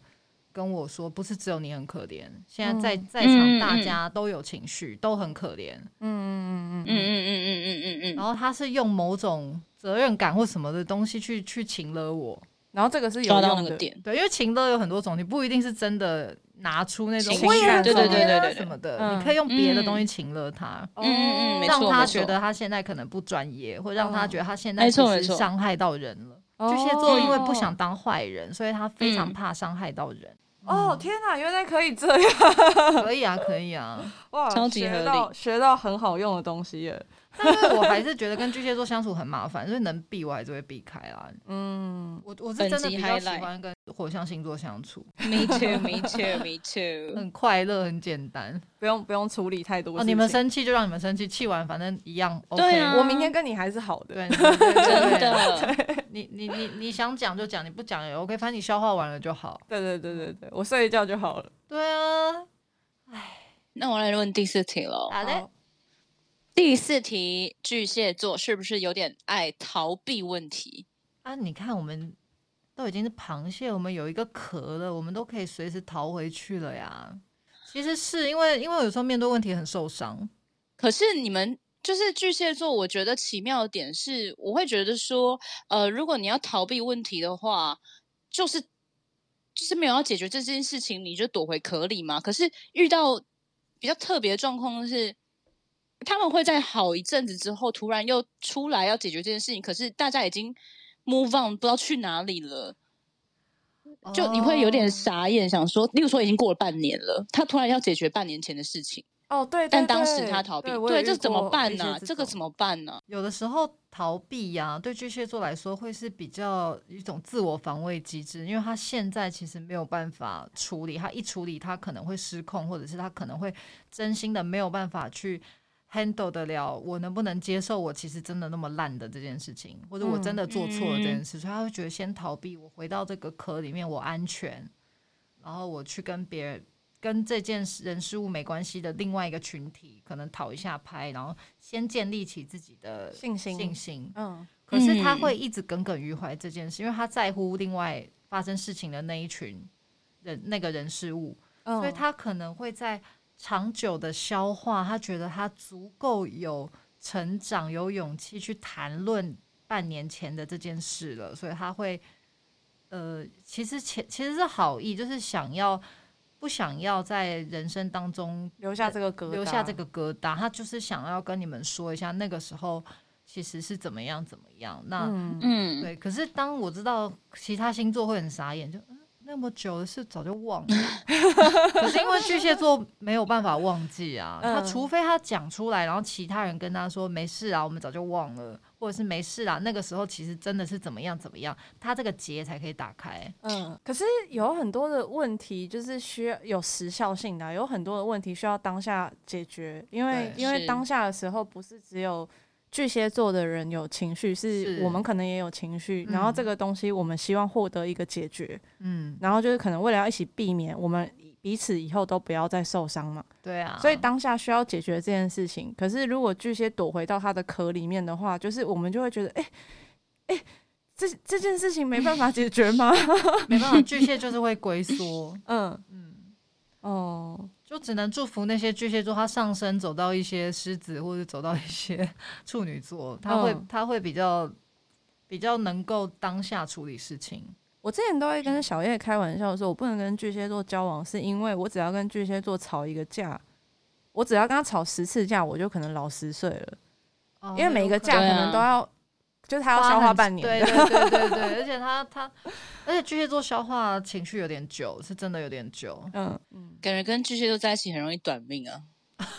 跟我说，不是只有你很可怜，现在在、
嗯
在场
嗯
大
嗯
家都有情绪，都很可怜。
嗯嗯嗯
嗯
嗯
嗯嗯嗯嗯嗯
然
哦
嗯，
后他是用某种责任感或什么的东西去去情勒我，
然后这个是有
抓到那
用
个
的，
点。
对，因为情乐有很多种，你不一定是真的拿出那种
情绪
我也很
对对
讨厌
对
啊
对对对
什么的，
嗯
你可以用别的东西情乐他，
哦
嗯嗯嗯没
让
错
他
没
觉
错哦
得他现在可能不专业，或让他觉得他现在
没
其
错
实
没错
伤害到人了。
哦
巨蟹座因为不想当坏人，所以他非常
嗯
怕伤害到人。嗯
哦，天哪，原来可以这样
可以啊，可 以啊，
哇，
超级合
学
理
到学到很好用的东西耶。
但是我还是觉得跟巨蟹座相处很麻烦，所以能避我还是会避开啦。
嗯，
我我是
本
真的
集
比较喜
highlight
欢跟火象星座相处，
Me too, me too, me too。
很快乐，很简单。
不用不用处理太多
哦，
事
你们
情
生气就让你们生气，气完反正一样。OK,
对啊
我明天跟你还是好的。
对，对对
真
对对
的，
你你你你想讲就讲，你不讲也 OK，反正你消化完了就好。
对对对对对，我睡一觉就好了。
对啊，
那我来问第四题喽。
好嘞
好，
第四题，巨蟹座是不是有点爱逃避问题？
啊，你看我们都已经是螃蟹，我们有一个壳了，我们都可以随时逃回去了呀。其实是因为因为有时候面对问题很受伤，
可是你们就是巨蟹座，我觉得奇妙的点是，我会觉得说，呃，如果你要逃避问题的话，就是就是没有要解决这件事情，你就躲回壳里嘛。可是遇到比较特别的状况是，他们会在好一阵子之后，突然又出来要解决这件事情，可是大家已经 move on，不知道去哪里了。就你会有点
哦
傻眼，想说，例如说已经过了半年了，他突然要解决半年前的事情，
哦，对，对
但当时
对
他逃避，
对，我
对，
有
这
遇
怎么
过
办
一些
呢、这个
种
怎么办呢、
有的时候逃避呀、对巨蟹座来说会是比较一种自我防卫机制，因为他现在其实没有办法处理，他一处理他可能会失控，或者是他可能会真心的没有办法去 handle 得了，我能不能接受我其实真的那么烂的这件事情，或者我真的做错了这件事，所以他会觉得先逃避，我回到这个壳里面我安全，然后我去跟别人。跟这件事人事物没关系的另外一个群体，可能讨一下拍，然后先建立起自己的
信心
信心。
嗯
可是他
嗯
会一直耿耿于怀这件事，因为他在乎另外发生事情的那一群人、那个人事物，
嗯，
所以他可能会在长久的消化，他觉得他足够有成长、有勇气去谈论半年前的这件事了，所以他会，呃，其实前其实是好意，就是想要不想要在人生当中
留下这个疙瘩，
留下这个疙瘩，他就是想要跟你们说一下那个时候其实是怎么样怎么样。那、
嗯
嗯，
对，可是当我知道其他星座会很傻眼，就嗯那么久的事早就忘了， 可是因为巨蟹座没有办法忘记啊，
嗯
他除非他讲出来，然后其他人跟他说没事啊，我们早就忘了，或者是没事啊，那个时候其实真的是怎么样怎么样，他这个结才可以打开。
嗯。可是有很多的问题就是需要有时效性的啊、有很多的问题需要当下解决，因为
对
因为
是
当下的时候不是只有。巨蟹座的人有情绪，是
是
我们可能也有情绪，
嗯
然后这个东西我们希望获得一个解决，
嗯，
然后就是可能为了要一起避免我们彼此以后都不要再受伤嘛，
对啊，
所以当下需要解决这件事情。可是如果巨蟹躲回到它的壳里面的话，就是我们就会觉得，哎、哎、这这件事情没办法解决吗？
没办法，巨蟹就是会龟缩。
嗯，
嗯。
哦，
就只能祝福那些巨蟹座，他上升走 到一些狮子，或者走到一些处女座，他会、
嗯
他会比较比较能够当下处理事情。
我之前都会跟小叶开玩笑说，我不能跟巨蟹座交往，是因为我只要跟巨蟹座吵一个架，我只要跟他吵十次架，我就可能老十岁了，因为每一个架哦
能
可能啊都要，就是他要消化半年。
对对对对 对，而且他他，而且巨蟹座消化情绪有点久，是真的有点久。
嗯，
感觉跟巨蟹座在一起很容易短命啊。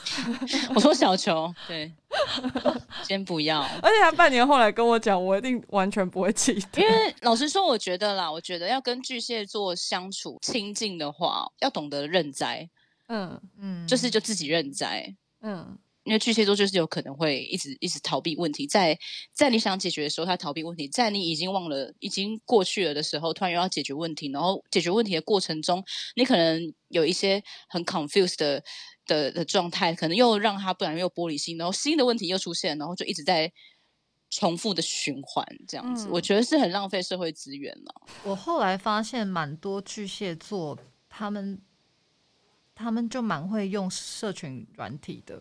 我说小球， 对，先不要，
而且他半年后来跟我讲，我一定完全不会记得
因。为老实说，我觉得啦，我觉得要跟巨蟹座相处亲近的话，要懂得认栽，
嗯
嗯，
就是就自己认栽。
嗯，
因为巨蟹座就是有可能会一直一直逃避问题，在在你想解决的时候，他逃避问题；在你已经忘了、已经过去了的时候，突然又要解决问题，然后解决问题的过程中，你可能有一些很 confused 的的的状态，可能又让他不然又玻璃心，然后新的问题又出现，然后就一直在重复的循环这样子。
嗯
我觉得是很浪费社会资源了。
我后来发现，蛮多巨蟹座他们他们就蛮会用社群软体的，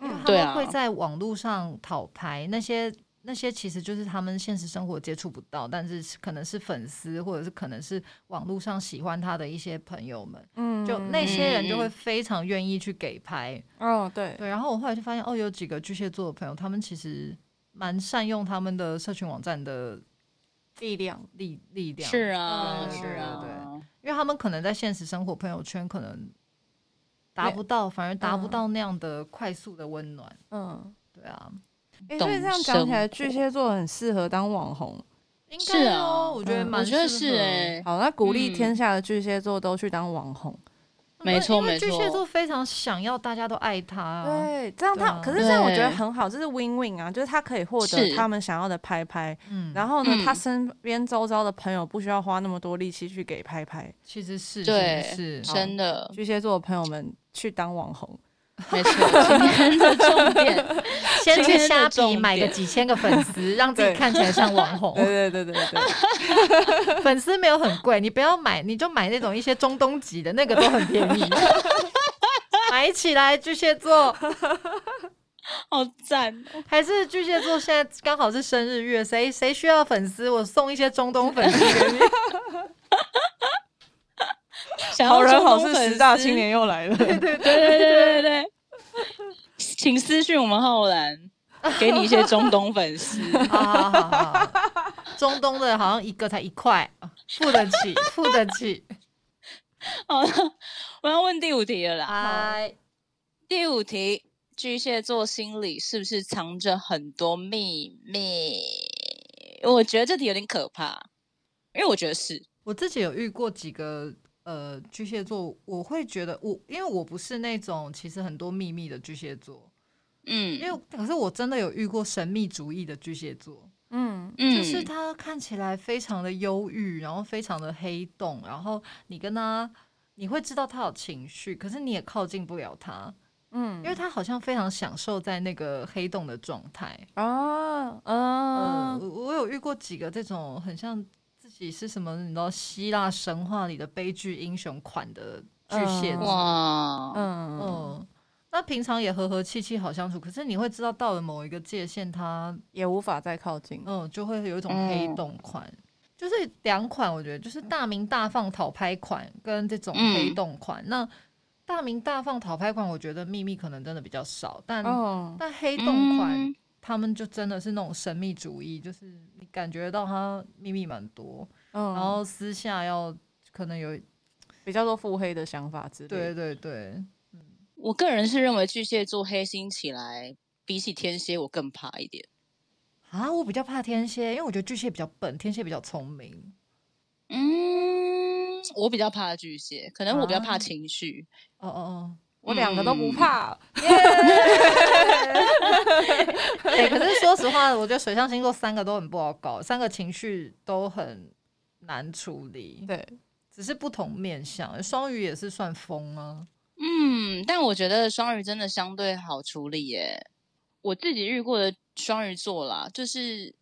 因为
嗯
他
对
们
啊
会在网络上讨牌，那些那些其实就是他们现实生活接触不到，但是可能是粉丝或者是可能是网络上喜欢他的一些朋友们，
嗯
就那些人就
嗯
会非常愿意去给牌。
哦，对，
对，然后我后来就发现，哦，有几个巨蟹座的朋友，他们其实蛮善用他们的社群网站的
力量，
力力量，
是啊，
对
是
对
啊，
对因为他们可能在现实生活朋友圈可能达
没
不到，反而达不
嗯
到那样的快速的温暖。
嗯，
对啊，
哎、
懂
所以这样讲起来，
生活
巨蟹座很适合当网红。
应
是
该
啊
哦，我觉得
嗯
蛮
我
适
觉
合，
得是哎、
好，那鼓励
嗯
天下的巨蟹座都去当网红。
没
因
错
为
没
巨蟹
错
座非常想要大家都爱他啊，
嗯对，这样
对
他、
啊
可是这样我觉得
对
很好，这是 win win 啊，就是他可以获得
是
他们想要的拍拍，
嗯，
然后呢，
嗯
他身边周遭的朋友不需要花那么多力气去给拍拍。
其实是
对
其实是哦
真的。
巨蟹座的朋友们去当网红，
没错，今天的重点，
先
今
去
天的
虾皮
重
买个
点
几千个粉丝，让自己
对
看起来像网
对
红。
对对对 对，
粉丝没有很贵，你不要买，你就买那种一些中东籍的，那个都很便宜。买起来，巨蟹座。
好赞哦！
还是巨蟹座现在刚好是生日月，谁谁需要粉丝，我送一些中东粉丝给你。
想要
好人
中
好
东
事
粉
十大
丝
青，年又来了，
对对对对对，请私讯我们浩然，给你一些中东粉丝。
好好好好好，中东的好像一个才一块，付得 起，付得起。
好了，我要问第五题了啦。
哎，
第五题，巨蟹座心里是不是藏着很多秘密？我觉得这题有点可怕，因为我觉得是，
我自己有遇过几个呃巨蟹座，我会觉得我因为我不是那种其实很多秘密的巨蟹座，
嗯
因为可是我真的有遇过神秘主义的巨蟹座。
嗯
嗯，
就是他看起来非常的忧郁，然后非常的黑洞，然后你跟他，你会知道他有情绪，可是你也靠近不了他，
嗯
因为他好像非常享受在那个黑洞的状态。
啊
嗯、
呃
嗯
我我有遇过几个这种很像自己是什么，你知道希腊神话里的悲剧英雄款的巨蟹
嗯
座，
哇，
嗯
嗯、
嗯，
那平常也和和气气好相处，可是你会知道到了某一个界限，他
也无法再靠近。
嗯，就会有一种黑
嗯
洞款，就是两款，我觉得就是大名大放讨拍款跟这种黑
嗯
洞款。那大名大放讨拍款，我觉得秘密可能真的比较少，但、
哦，
但黑洞款、
嗯
他们就真的是那种神秘主义，就是你感觉到他秘密蛮多，
嗯，
然后私下要可能有
比较多腹黑的想法之类
对
的。
对对，
我个人是认为巨蟹座黑心起来，比起天蝎我更怕一点。
啊，我比较怕天蝎，因为我觉得巨蟹比较笨，天蝎比较聪明。
嗯，我比较怕巨蟹，可能我比较
啊
怕情绪。
哦哦 哦，
我两个都不怕，
对，哎可是说实话，我觉得水象星座三个都很不好搞，三个情绪都很难处理，
对，
只是不同面相。双鱼也是算风啊，
嗯，但我觉得双鱼真的相对好处理耶。我自己遇过的双鱼座啦，就是，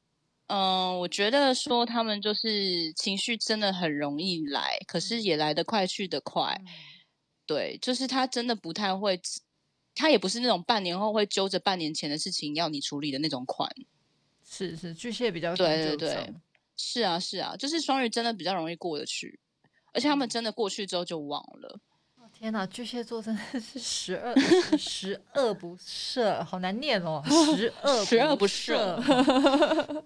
嗯、我觉得说他们就是情绪真的很容易来，可是也来得快去得快。对，就是他真的不太会，他也不是那种半年后会揪着半年前的事情要你处理的那种款。
是是，巨蟹比较
对对
长久
对
症
是啊，是啊，就是双鱼真的比较容易过得去，而且他
嗯
们真的过去之后就忘了。
天哪，巨蟹座真的是 十恶十十恶不赦，好难念哦，十 恶
十恶不
赦。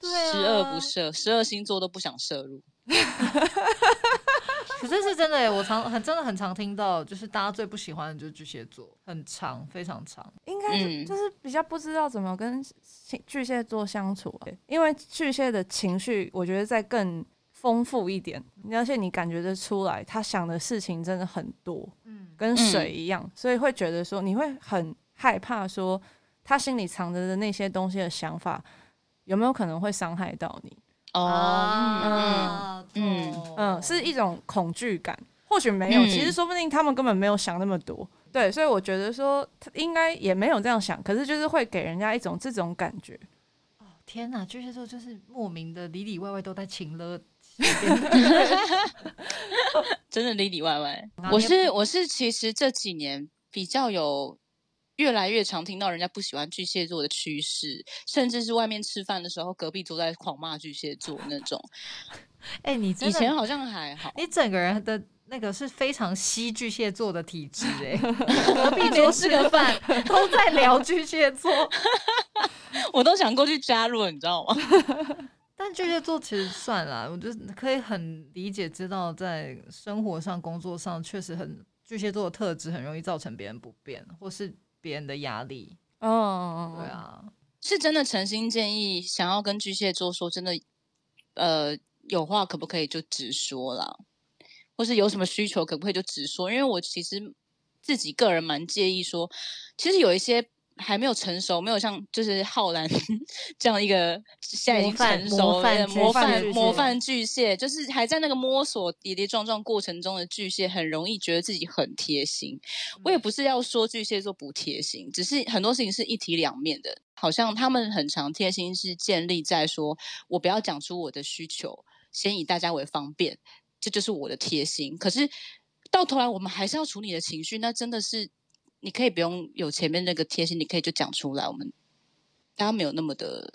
对啊，
十恶不。赦，十二星座都不想摄入。
可是是真的耶，我常很真的很常听到，就是大家最不喜欢的就是巨蟹座，很长，非常长。
应该是
嗯
就是比较不知道怎么跟巨巨蟹座相处、欸因为巨蟹的情绪，我觉得再更丰富一点，而且你感觉得出来，他想的事情真的很多，
嗯，
跟水一样，所以会觉得说你会很害怕，说他心里藏着的那些东西的想法，有没有可能会伤害到你？
哦，嗯嗯，
啊，
嗯
懂
嗯，是一种恐惧感。或许没有，
嗯
其实说不定他们根本没有想那么多。对，所以我觉得说他应该也没有这样想，可是就是会给人家一种这种感觉。
天哪，巨蟹座就是莫名的里里外外都在情勒。
真的里里外外
然。后
我
你也
是我是，其实这几年比较有越来越常听到人家不喜欢巨蟹座的趋势，甚至是外面吃饭的时候，隔壁桌在狂骂巨蟹座那种。
哎、你 真
以
的
前好像还 好，
你整个人的那个是非常吸巨蟹座的体 质哎、隔壁桌吃个饭都在聊巨蟹 座，
我都想过去加入，你知道吗？
但巨蟹座其实算了，我就可以很理解知道，在生活上、工作上确实很巨蟹座的特质很容易造成别人不便或是别人的压力，
嗯，
对啊，
是真的诚心建议，想要跟巨蟹座说真的，呃，有话可不可以就直说啦？或是有什么需求可不可以就直说？因为我其实自己个人蛮介意说，其实有一些还没有成熟，没有像就是浩然 这样一个现在已经
模范
成熟
模范
的模范
巨蟹巨蟹
模范巨蟹，就是还在那个摸索跌跌撞撞过程中的巨蟹，很容易觉得自己很贴心，我也
嗯
不是要说巨蟹座不贴心，只是很多事情是一体两面的。好像他们很常贴心是建立在说我不要讲出我的需求，先以大家为方便，这就是我的贴心。可是到头来，我们还是要处理你的情绪，那真的是你可以不用有前面那个贴心，你可以就讲出来。我们大家没有那么的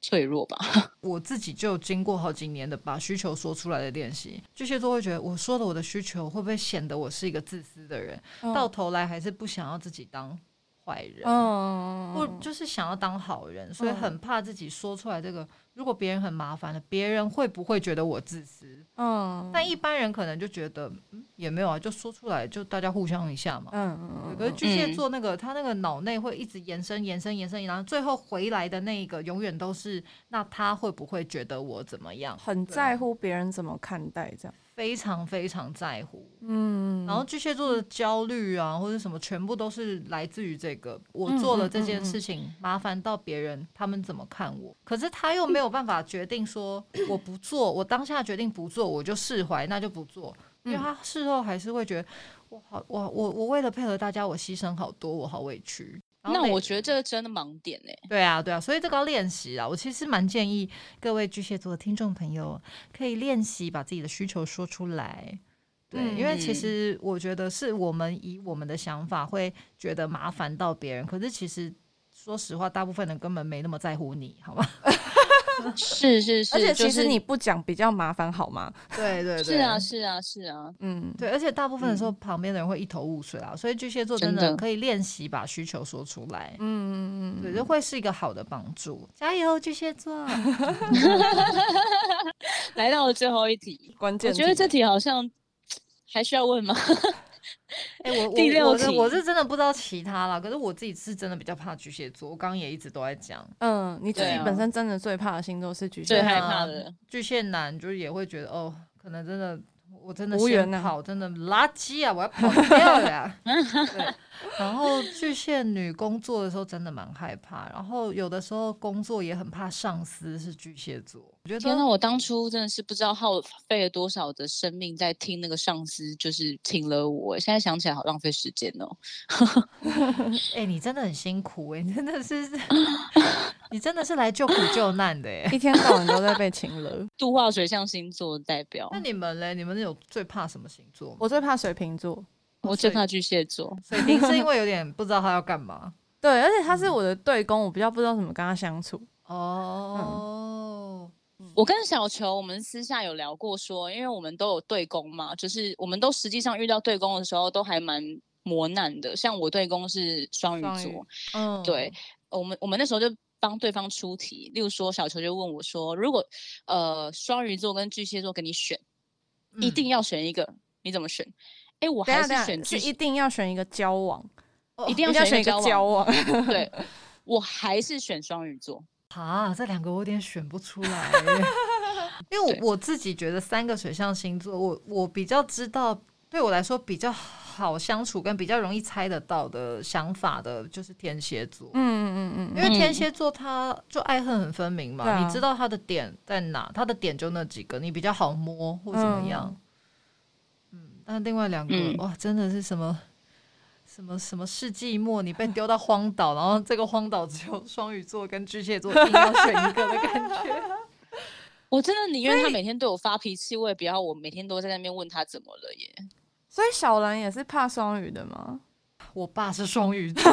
脆弱吧？
我自己就经过好几年的把需求说出来的练习，巨蟹座会觉得我说了我的需求会不会显得我是一个自私的人？
嗯
到头来还是不想要自己当坏人，
嗯，
或就是想要当好人，所以很怕自己说出来这个，如果别人很麻烦了，别人会不会觉得我自私？
嗯，
但一般人可能就觉得，嗯，也没有啊，就说出来，就大家互相一下嘛。
嗯
对可是巨蟹座那个，他那个脑内会一直延伸、延伸、延伸，然后最后回来的那一个，永远都是那他会不会觉得我怎么样？
很
啊
在乎别人怎么看待这样。
非常非常在乎。
嗯，
然后巨蟹座的焦虑啊，或者什么，全部都是来自于这个我
嗯
做了这件事情，麻烦到别人，他们怎么看我？可是他又没有办法决定说我不做，我当下决定不做，我就释怀，那就不做，
嗯
因为他事后还是会觉得我好，我我我为了配合大家，我牺牲好多，我好委屈。 然后
那
每
我觉得这个真的盲点欸呢、
对啊，对啊，所以这个要练习啊。我其实蛮建议各位巨蟹座的听众朋友可以练习把自己的需求说出来。对，
嗯
因为其实我觉得是我们以我们的想法会觉得麻烦到别人，可是其实说实话，大部分人根本没那么在乎你，好 吧？
是是是，
而且其
就是
实你不讲比较麻烦，好吗？
对对
是啊是啊是啊，
嗯，
对，而且大部分的时候旁边的人会一头雾水啊，所以巨蟹座真
真
的
的
可以练习把需求说出来。
嗯嗯
对，这会是一个好的帮助。加油，巨蟹座！
来到了最后一题，
关键
我
题
觉得这题好像还需要问吗？
哎、我我
第六
我是
题
我是真的不知道其他啦，可是我自己是真的比较怕巨蟹座，我刚刚也一直都在讲，
嗯，你自己
对啊
本身真的最怕的星座是巨蟹，
最
对
害
啊
怕的，
巨蟹男就是也会觉得哦，可能真的我真的
无
先
缘啊
跑，真的垃圾啊，我要跑掉呀、对，然后巨蟹女工作的时候真的蛮害怕，然后有的时候工作也很怕上司是巨蟹座，我觉
天
得
呐，我当初真的是不知道耗费了多少的生命在听那个上司，就是请了我。现在想起来好浪费时间哦。
哎、你真的很辛苦哎、你真的是你真的是来救苦救难 的哎、
一天到晚都在被请了。
度化水象星座代表
那，你们嘞？你们有最怕什么星座吗？
我最怕水瓶座，
我最
水
怕巨蟹座。
水瓶是因为有点不知道他要干嘛。
嗯
对，而且他是我的对公，我比较不知道怎么跟他相处。
哦，
我跟小球，我们私下有聊过说，因为我们都有对攻嘛，就是我们都实际上遇到对攻的时候都还蛮磨难的。像我对攻是双鱼
双鱼
座，
嗯，
对，我们我们那时候就帮对方出题，例如说小球就问我说，如果呃双鱼座跟巨蟹座给你选，一
嗯
定要选一个，你怎么选？哎，我
等一
还
下等
是
一
选
下，是
巨
一
蟹，
定要选一个交往，
一
一
定
定
要
选一
个
个
交
交往。
往，对，我还是选双鱼座。
啊，这两个我有点选不出 来耶，因为
对
我我自己觉得三个水象星座，我我比较知道，对我来说比较好相处跟比较容易猜得到的想法的，就是天蝎座。
嗯嗯嗯嗯，
因为天蝎座他就爱恨很分明嘛，
对啊
你知道他的点在哪，他的点就那几个，你比较好摸或怎么样。嗯，但另外两个、
嗯
哇，真的是什么什么什么世纪末，你被丢到荒岛，然后这个荒岛只有双鱼座跟巨蟹座，硬要选一个的感觉。
我真的宁愿他每天对我发脾气，我也不要我每天都在那边问他怎么了耶。
所以小兰也是怕双鱼的吗？
我爸是双鱼座。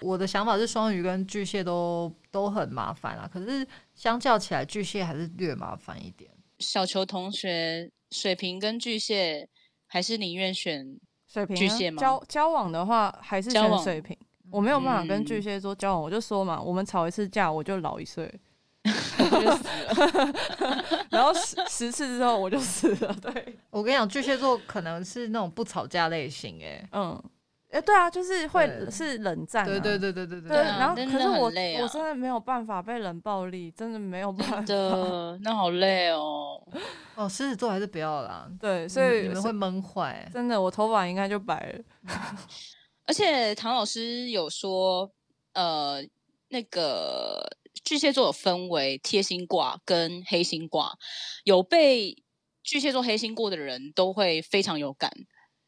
我的想法是双鱼跟巨蟹都都很麻烦啊，可是相较起来，巨蟹还是略麻烦一点。
小球同学，水瓶跟巨蟹，还是宁愿选？
水瓶啊
巨蟹吗
交交往的话还是
交
选
往
水瓶，我没有办法跟
嗯
巨蟹座交往，我就说嘛，我们吵一次架我就老一岁，然后 十十次之后我就死了，对，
我跟你讲，巨蟹座可能是那种不吵架类型、欸，
嗯，哎，对啊，就是会
对
是冷战、啊，
对对对对对对
对，
对啊
然后
真
可
的
是
很
我
累啊
我真的没有办法被冷暴力，真的没有 办法，
的，那好累哦。
哦，狮子座还是不要啦，
对，所以
你们会闷坏。
真的我头发应该就白了，
而且唐老师有说，呃，那个巨蟹座有分为贴心卦跟黑心卦，有被巨蟹座黑心过的人都会非常有感，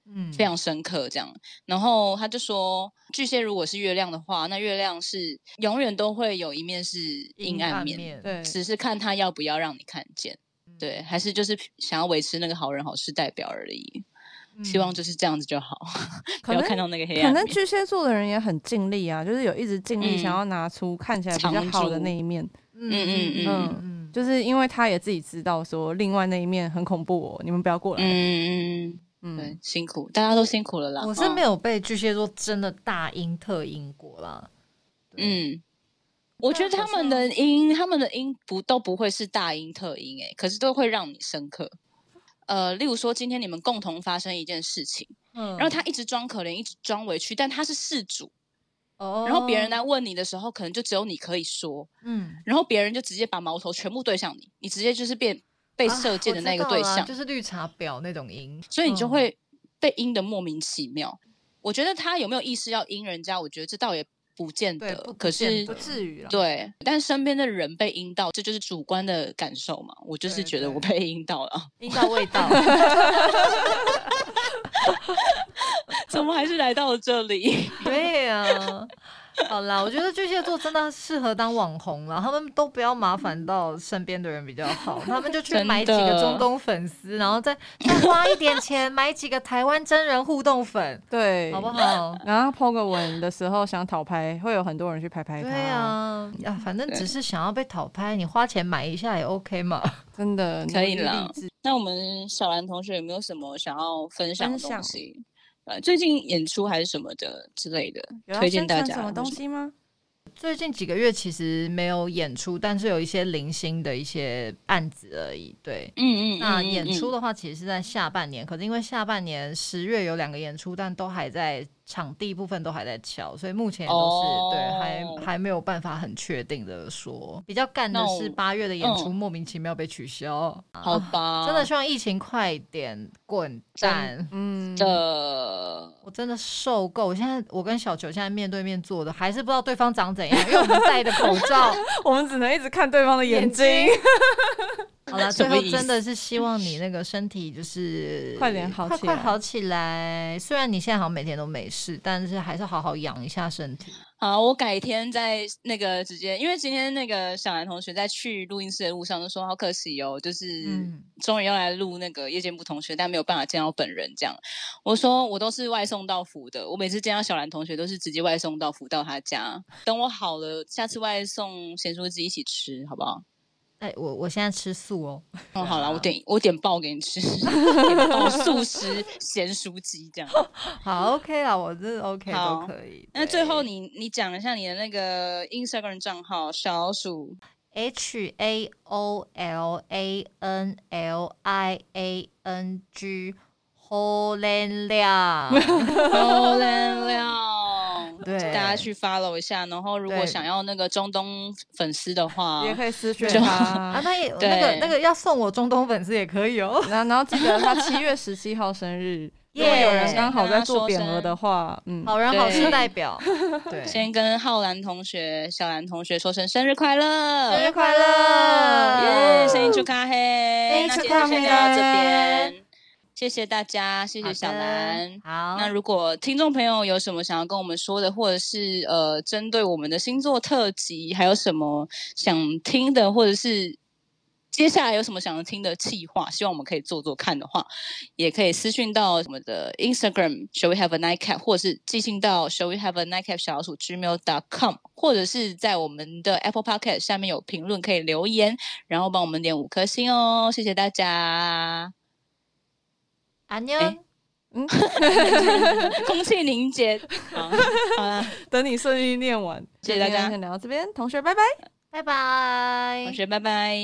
嗯，
非常深刻这样。然后他就说，巨蟹如果是月亮的话，那月亮是永远都会有一面是阴暗面，
对，
只是看他要不要让你看见。对，还是就是想要维持那个好人好事代表而已，
嗯
希望就是这样子就好，
可
不要
能
看到那个黑
可
暗面。
能巨蟹座的人也很尽力啊，就是有一直尽力
嗯
想要拿出看起来比较
藏
好的
住
那一面，
嗯
嗯嗯
嗯，
就是因为他也自己知道说另外那一面很恐怖哦，你们不要过来。
嗯，
嗯，
对，辛苦，大家都辛苦了啦。
我是没
有，
有被巨蟹座真的大阴特阴过啦。
嗯，我觉得
好
他们的音，他们的音不都不会是大音特音，哎，可是都会让你深刻。呃，例如说，今天你们共同发生一件事情，
嗯
然后他一直装可怜，一直装委屈，但他是事主，
哦
然后别人来问你的时候，可能就只有你可以说，
嗯
然后别人就直接把矛头全部对向你，你直接就是变被
啊
射箭
我
的
知
那个
道
对
啦
象，
就是绿茶婊那种阴，
所以你就
嗯
会被阴的莫名其妙。我觉得他有没有意识要阴人家，我觉得这倒也不见
对
得
不，
呃可
不见
是
得
至于了。
对，但身边的人被阴到，这就是主观的感受嘛。我就是
对
觉得
对
我被阴到了，
阴到味道。
怎么还是来到了这里？
对呀、好啦，我觉得巨蟹座真的适合当网红啦，他们都不要麻烦到身边的人比较 好，他们就去
真
买几个
的
中东粉丝，然后再再花一点钱买几个台湾真人互动粉，
对，
好不。好？
然后他 po 个文的时候想讨拍，会有很多人去拍拍他。
对啊，呀，反正只是想要被讨拍，你花钱买一下也 OK 嘛。
真的
可以
了
啦。那我们小兰同学有没有什么想要分享的
分
东
享
西？呃，最近演出还是什么的之类的，
有要
推荐
宣
大
传
家
什么
或
东
什么
西吗？
最近几个月其实没有演出，但是有一些零星的一些案子而已。对，
嗯嗯，
那
嗯嗯
演
嗯
出的话，其实是在下半年，可是因为下半年十月有两个演出，但都还在场地部分都还在敲，所以目前都是、
哦
对还还没有办法很确定的说。比较干的
那我
是八月的演出、
嗯啊
莫名其妙被取消，
好吧，
真的希望疫情快点滚蛋。
嗯，
的。
我真的受够！我现在我跟小球现在面对面坐的，还是不知道对方长怎样，因为我们戴的口罩。
我们只能一直看对方的眼睛，
好 了，
什
最
么
后
意思
真的是希望你那个身体就是
快点好
快
起来
快好起来。虽然你现在好像每天都没事，但是还是好好养一下身体。
好，我改天再那个直接，因为今天那个小兰同学在去录音室的路上就说，好可惜哦，就是
嗯
终于要来录那个夜间部同学，但没有办法见到本人这样。我说我都是外送到福的，我每次见到小兰同学都是直接外送到福到他家。等我好了，下次外送咸酥鸡一起吃，好不好？
哎，我我现在吃素哦，
哦，好了，我点我点爆给你 吃，点爆素食咸酥鸡这样。
好 OK 啦，我这 OK
好
都可以。
那最后
对
你你讲一下你的那个 Instagram 账号小鼠
H A O L A N L I A N G。好能量，
高能量，
对
大家去 follow 一下。然后如果
对
想要那个中东粉丝的话，
也可以私讯
就
啊，
他。
那也那个
对
那个要送我中东粉丝也可以 哦。
然后，然后记得他七月十七号生 日，如果有人刚好在做匾额的话，嗯，
好人好事
对
代 表，对，
先跟浩然同学、小兰同学说声生日快乐，
生日快乐， 哦
耶！生日祝咖
生
嘿，
日
那
祝
今
咖
天就先聊到这
啡
边，谢谢大家，谢谢小兰。
好的，
那
好，
如果听众朋友有什么想要跟我们说的，或者是呃，针对我们的星座特辑，还有什么想听的，或者是接下来有什么想听的计划，希望我们可以做做看的话，也可以私讯到我们的 Instagram Shall we have a nightcap，或者是寄信到 Shall we have a nightcap 小老鼠 gmail.com，或者是在我们的 Apple Podcast 下面有评论可以留言，然后帮我们点五颗星哦，谢谢大家，
安妞，
哎
嗯，
空气凝结， 好，好啦。
等你顺利念完。
谢谢大家
今天先聊到这边，同学，拜拜。
哦
拜拜，
同学，拜拜。